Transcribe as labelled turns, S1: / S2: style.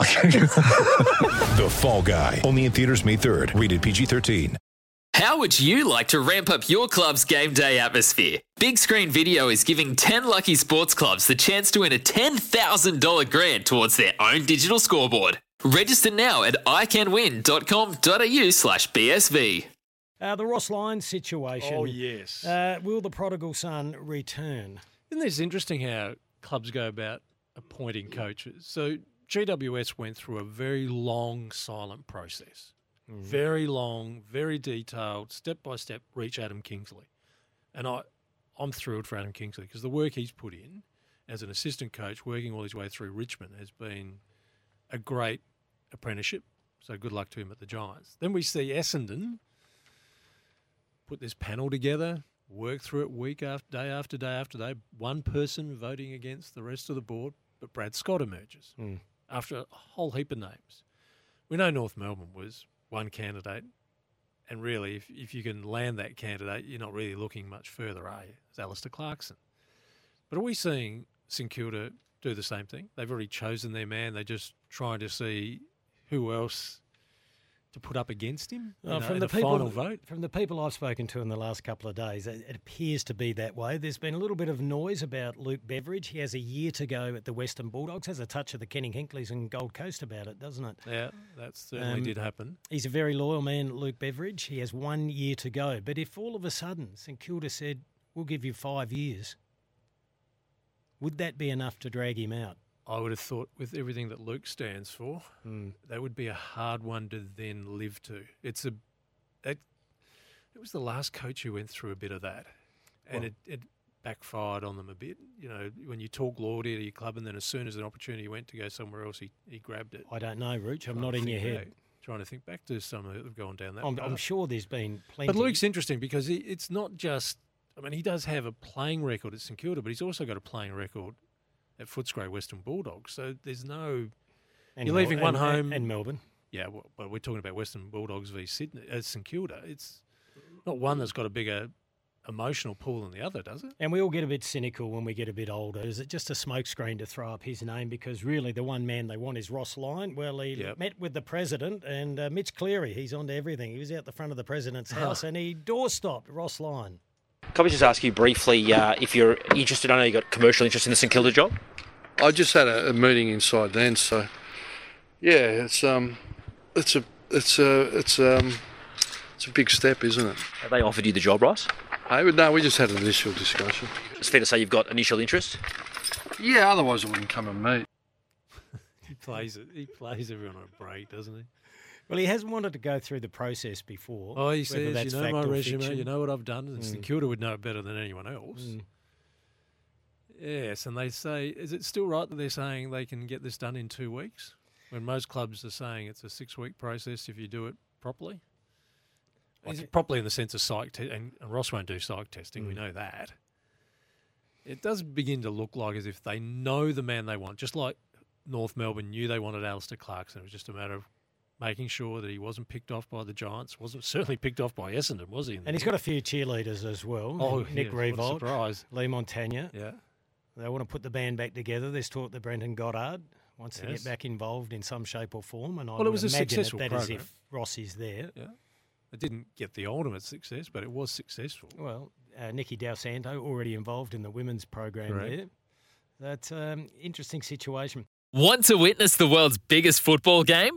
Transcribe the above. S1: The Fall Guy. Only in theaters May 3rd. Rated PG-13.
S2: How would you like to ramp up your club's game day atmosphere? Big Screen Video is giving 10 lucky sports clubs the chance to win a $10,000 grant towards their own digital scoreboard. Register now at iCanWin.com.au slash BSV.
S3: Uh, the Ross Lyon situation.
S4: Oh, yes.
S3: Uh, will the prodigal son return?
S5: Isn't this interesting how clubs go about appointing coaches? So GWS went through a very long silent process, very long, very detailed, step by step, reach Adam Kingsley, and I, I'm thrilled for Adam Kingsley because the work he's put in as an assistant coach, working all his way through Richmond, has been a great apprenticeship. So good luck to him at the Giants. Then we see Essendon put this panel together, work through it week after day after day after day. One person voting against the rest of the board, but Brad Scott emerges
S3: Hmm.
S5: after a whole heap of names. We know North Melbourne was one candidate, and really, if, if you can land that candidate, you're not really looking much further, are you? It's Alistair Clarkson. But are we seeing St Kilda do the same thing? They've already chosen their man. They're just trying to see who else to put up against him you
S3: Uh,
S5: know, in the, final vote.
S3: from the people I've spoken to in the last couple of days, it, it appears to be that way. There's been a little bit of noise about Luke Beveridge. He has a year to go at the Western Bulldogs. Has a touch of the Kenny Hinkleys and Gold Coast about it, doesn't it?
S5: Yeah, that certainly
S3: Um,
S5: did happen.
S3: He's a very loyal man, Luke Beveridge. He has one year to go. But if all of a sudden St Kilda said, "We'll give you five years," would that be enough to drag him out?
S5: I would have thought with everything that Luke stands for,
S3: Hmm.
S5: that would be a hard one to then live to. It's a, it, it was the last coach who went through a bit of that, and
S3: Well-
S5: it, it backfired on them a bit. You know, when you talk loyalty to your club, and then as soon as an opportunity went to go somewhere else, he, he grabbed it.
S3: I don't know, Rooch. I'm
S5: Trying
S3: not
S5: to
S3: in your
S5: think
S3: head.
S5: back- trying to think back to some who have gone down that.
S3: I'm, I'm
S5: path.
S3: sure there's been plenty.
S5: But Luke's interesting because he, it's not just. I mean, he does have a playing record at St Kilda, but he's also got a playing record at Footscray Western Bulldogs. So there's no.
S3: and Mel-
S5: you're leaving one
S3: and- and-
S5: home-
S3: and Melbourne.
S5: Yeah, well, but we're talking about Western Bulldogs v Sydney at St Kilda. It's not one that's got a bigger emotional pull than the other, does it?
S3: And we all get a bit cynical when we get a bit older. Is it just a smokescreen to throw up his name? Because really, the one man they want is Ross Lyon. Well, he
S5: Yep.
S3: met with the president and uh, Mitch Cleary. He's onto everything. He was out the front of the president's house and he door stopped Ross Lyon.
S6: Can I just ask you briefly uh, if you're interested? I know you got commercial interest in the St Kilda job.
S7: I just had a, a meeting inside then, so yeah, it's um, it's a it's a it's um, it's a big step, isn't it?
S6: Have they offered you the job, Ross?
S7: Hey, but no, we just had an initial discussion.
S6: It's fair to say you've got initial interest.
S7: Yeah, otherwise I wouldn't come and meet.
S5: He plays it. He plays everyone on a break, doesn't he?
S3: Well, he hasn't wanted to go through the process before.
S5: Oh, he
S3: whether
S5: says,
S3: that's
S5: you know
S3: fact
S5: my
S3: or
S5: resume,
S3: fiction. Mm.
S5: you know what I've done. And St Kilda would know it better than anyone else. Yes, and they say, is it still right that they're saying they can get this done in two weeks? When most clubs are saying it's a six-week process if you do it properly. Is it Hmm. properly in the sense of psych te- and, and Ross won't do psych testing. We know that. It does begin to look like as if they know the man they want, just like North Melbourne knew they wanted Alistair Clarkson. It was just a matter of making sure that he wasn't picked off by the Giants. wasn't certainly picked off by Essendon, was he? in the
S3: And he's
S5: end?
S3: got a few cheerleaders as well.
S5: Oh,
S3: Nick
S5: yes, what a
S3: Revolt,
S5: surprise.
S3: Lee Montagna.
S5: yeah.
S3: They want to put the band back together. There's talk that Brendan Goddard wants to get
S5: Yes.
S3: back involved in some shape or form. And I
S5: Well, it
S3: would
S5: was a
S3: imagine that
S5: successful
S3: that is
S5: program.
S3: if Ross is there.
S5: It didn't get the ultimate success, but it was successful.
S3: Well, uh, Nikki Dalsanto already involved in the women's program
S5: Correct.
S3: there. That's um, interesting situation.
S2: Want to witness the world's biggest football game?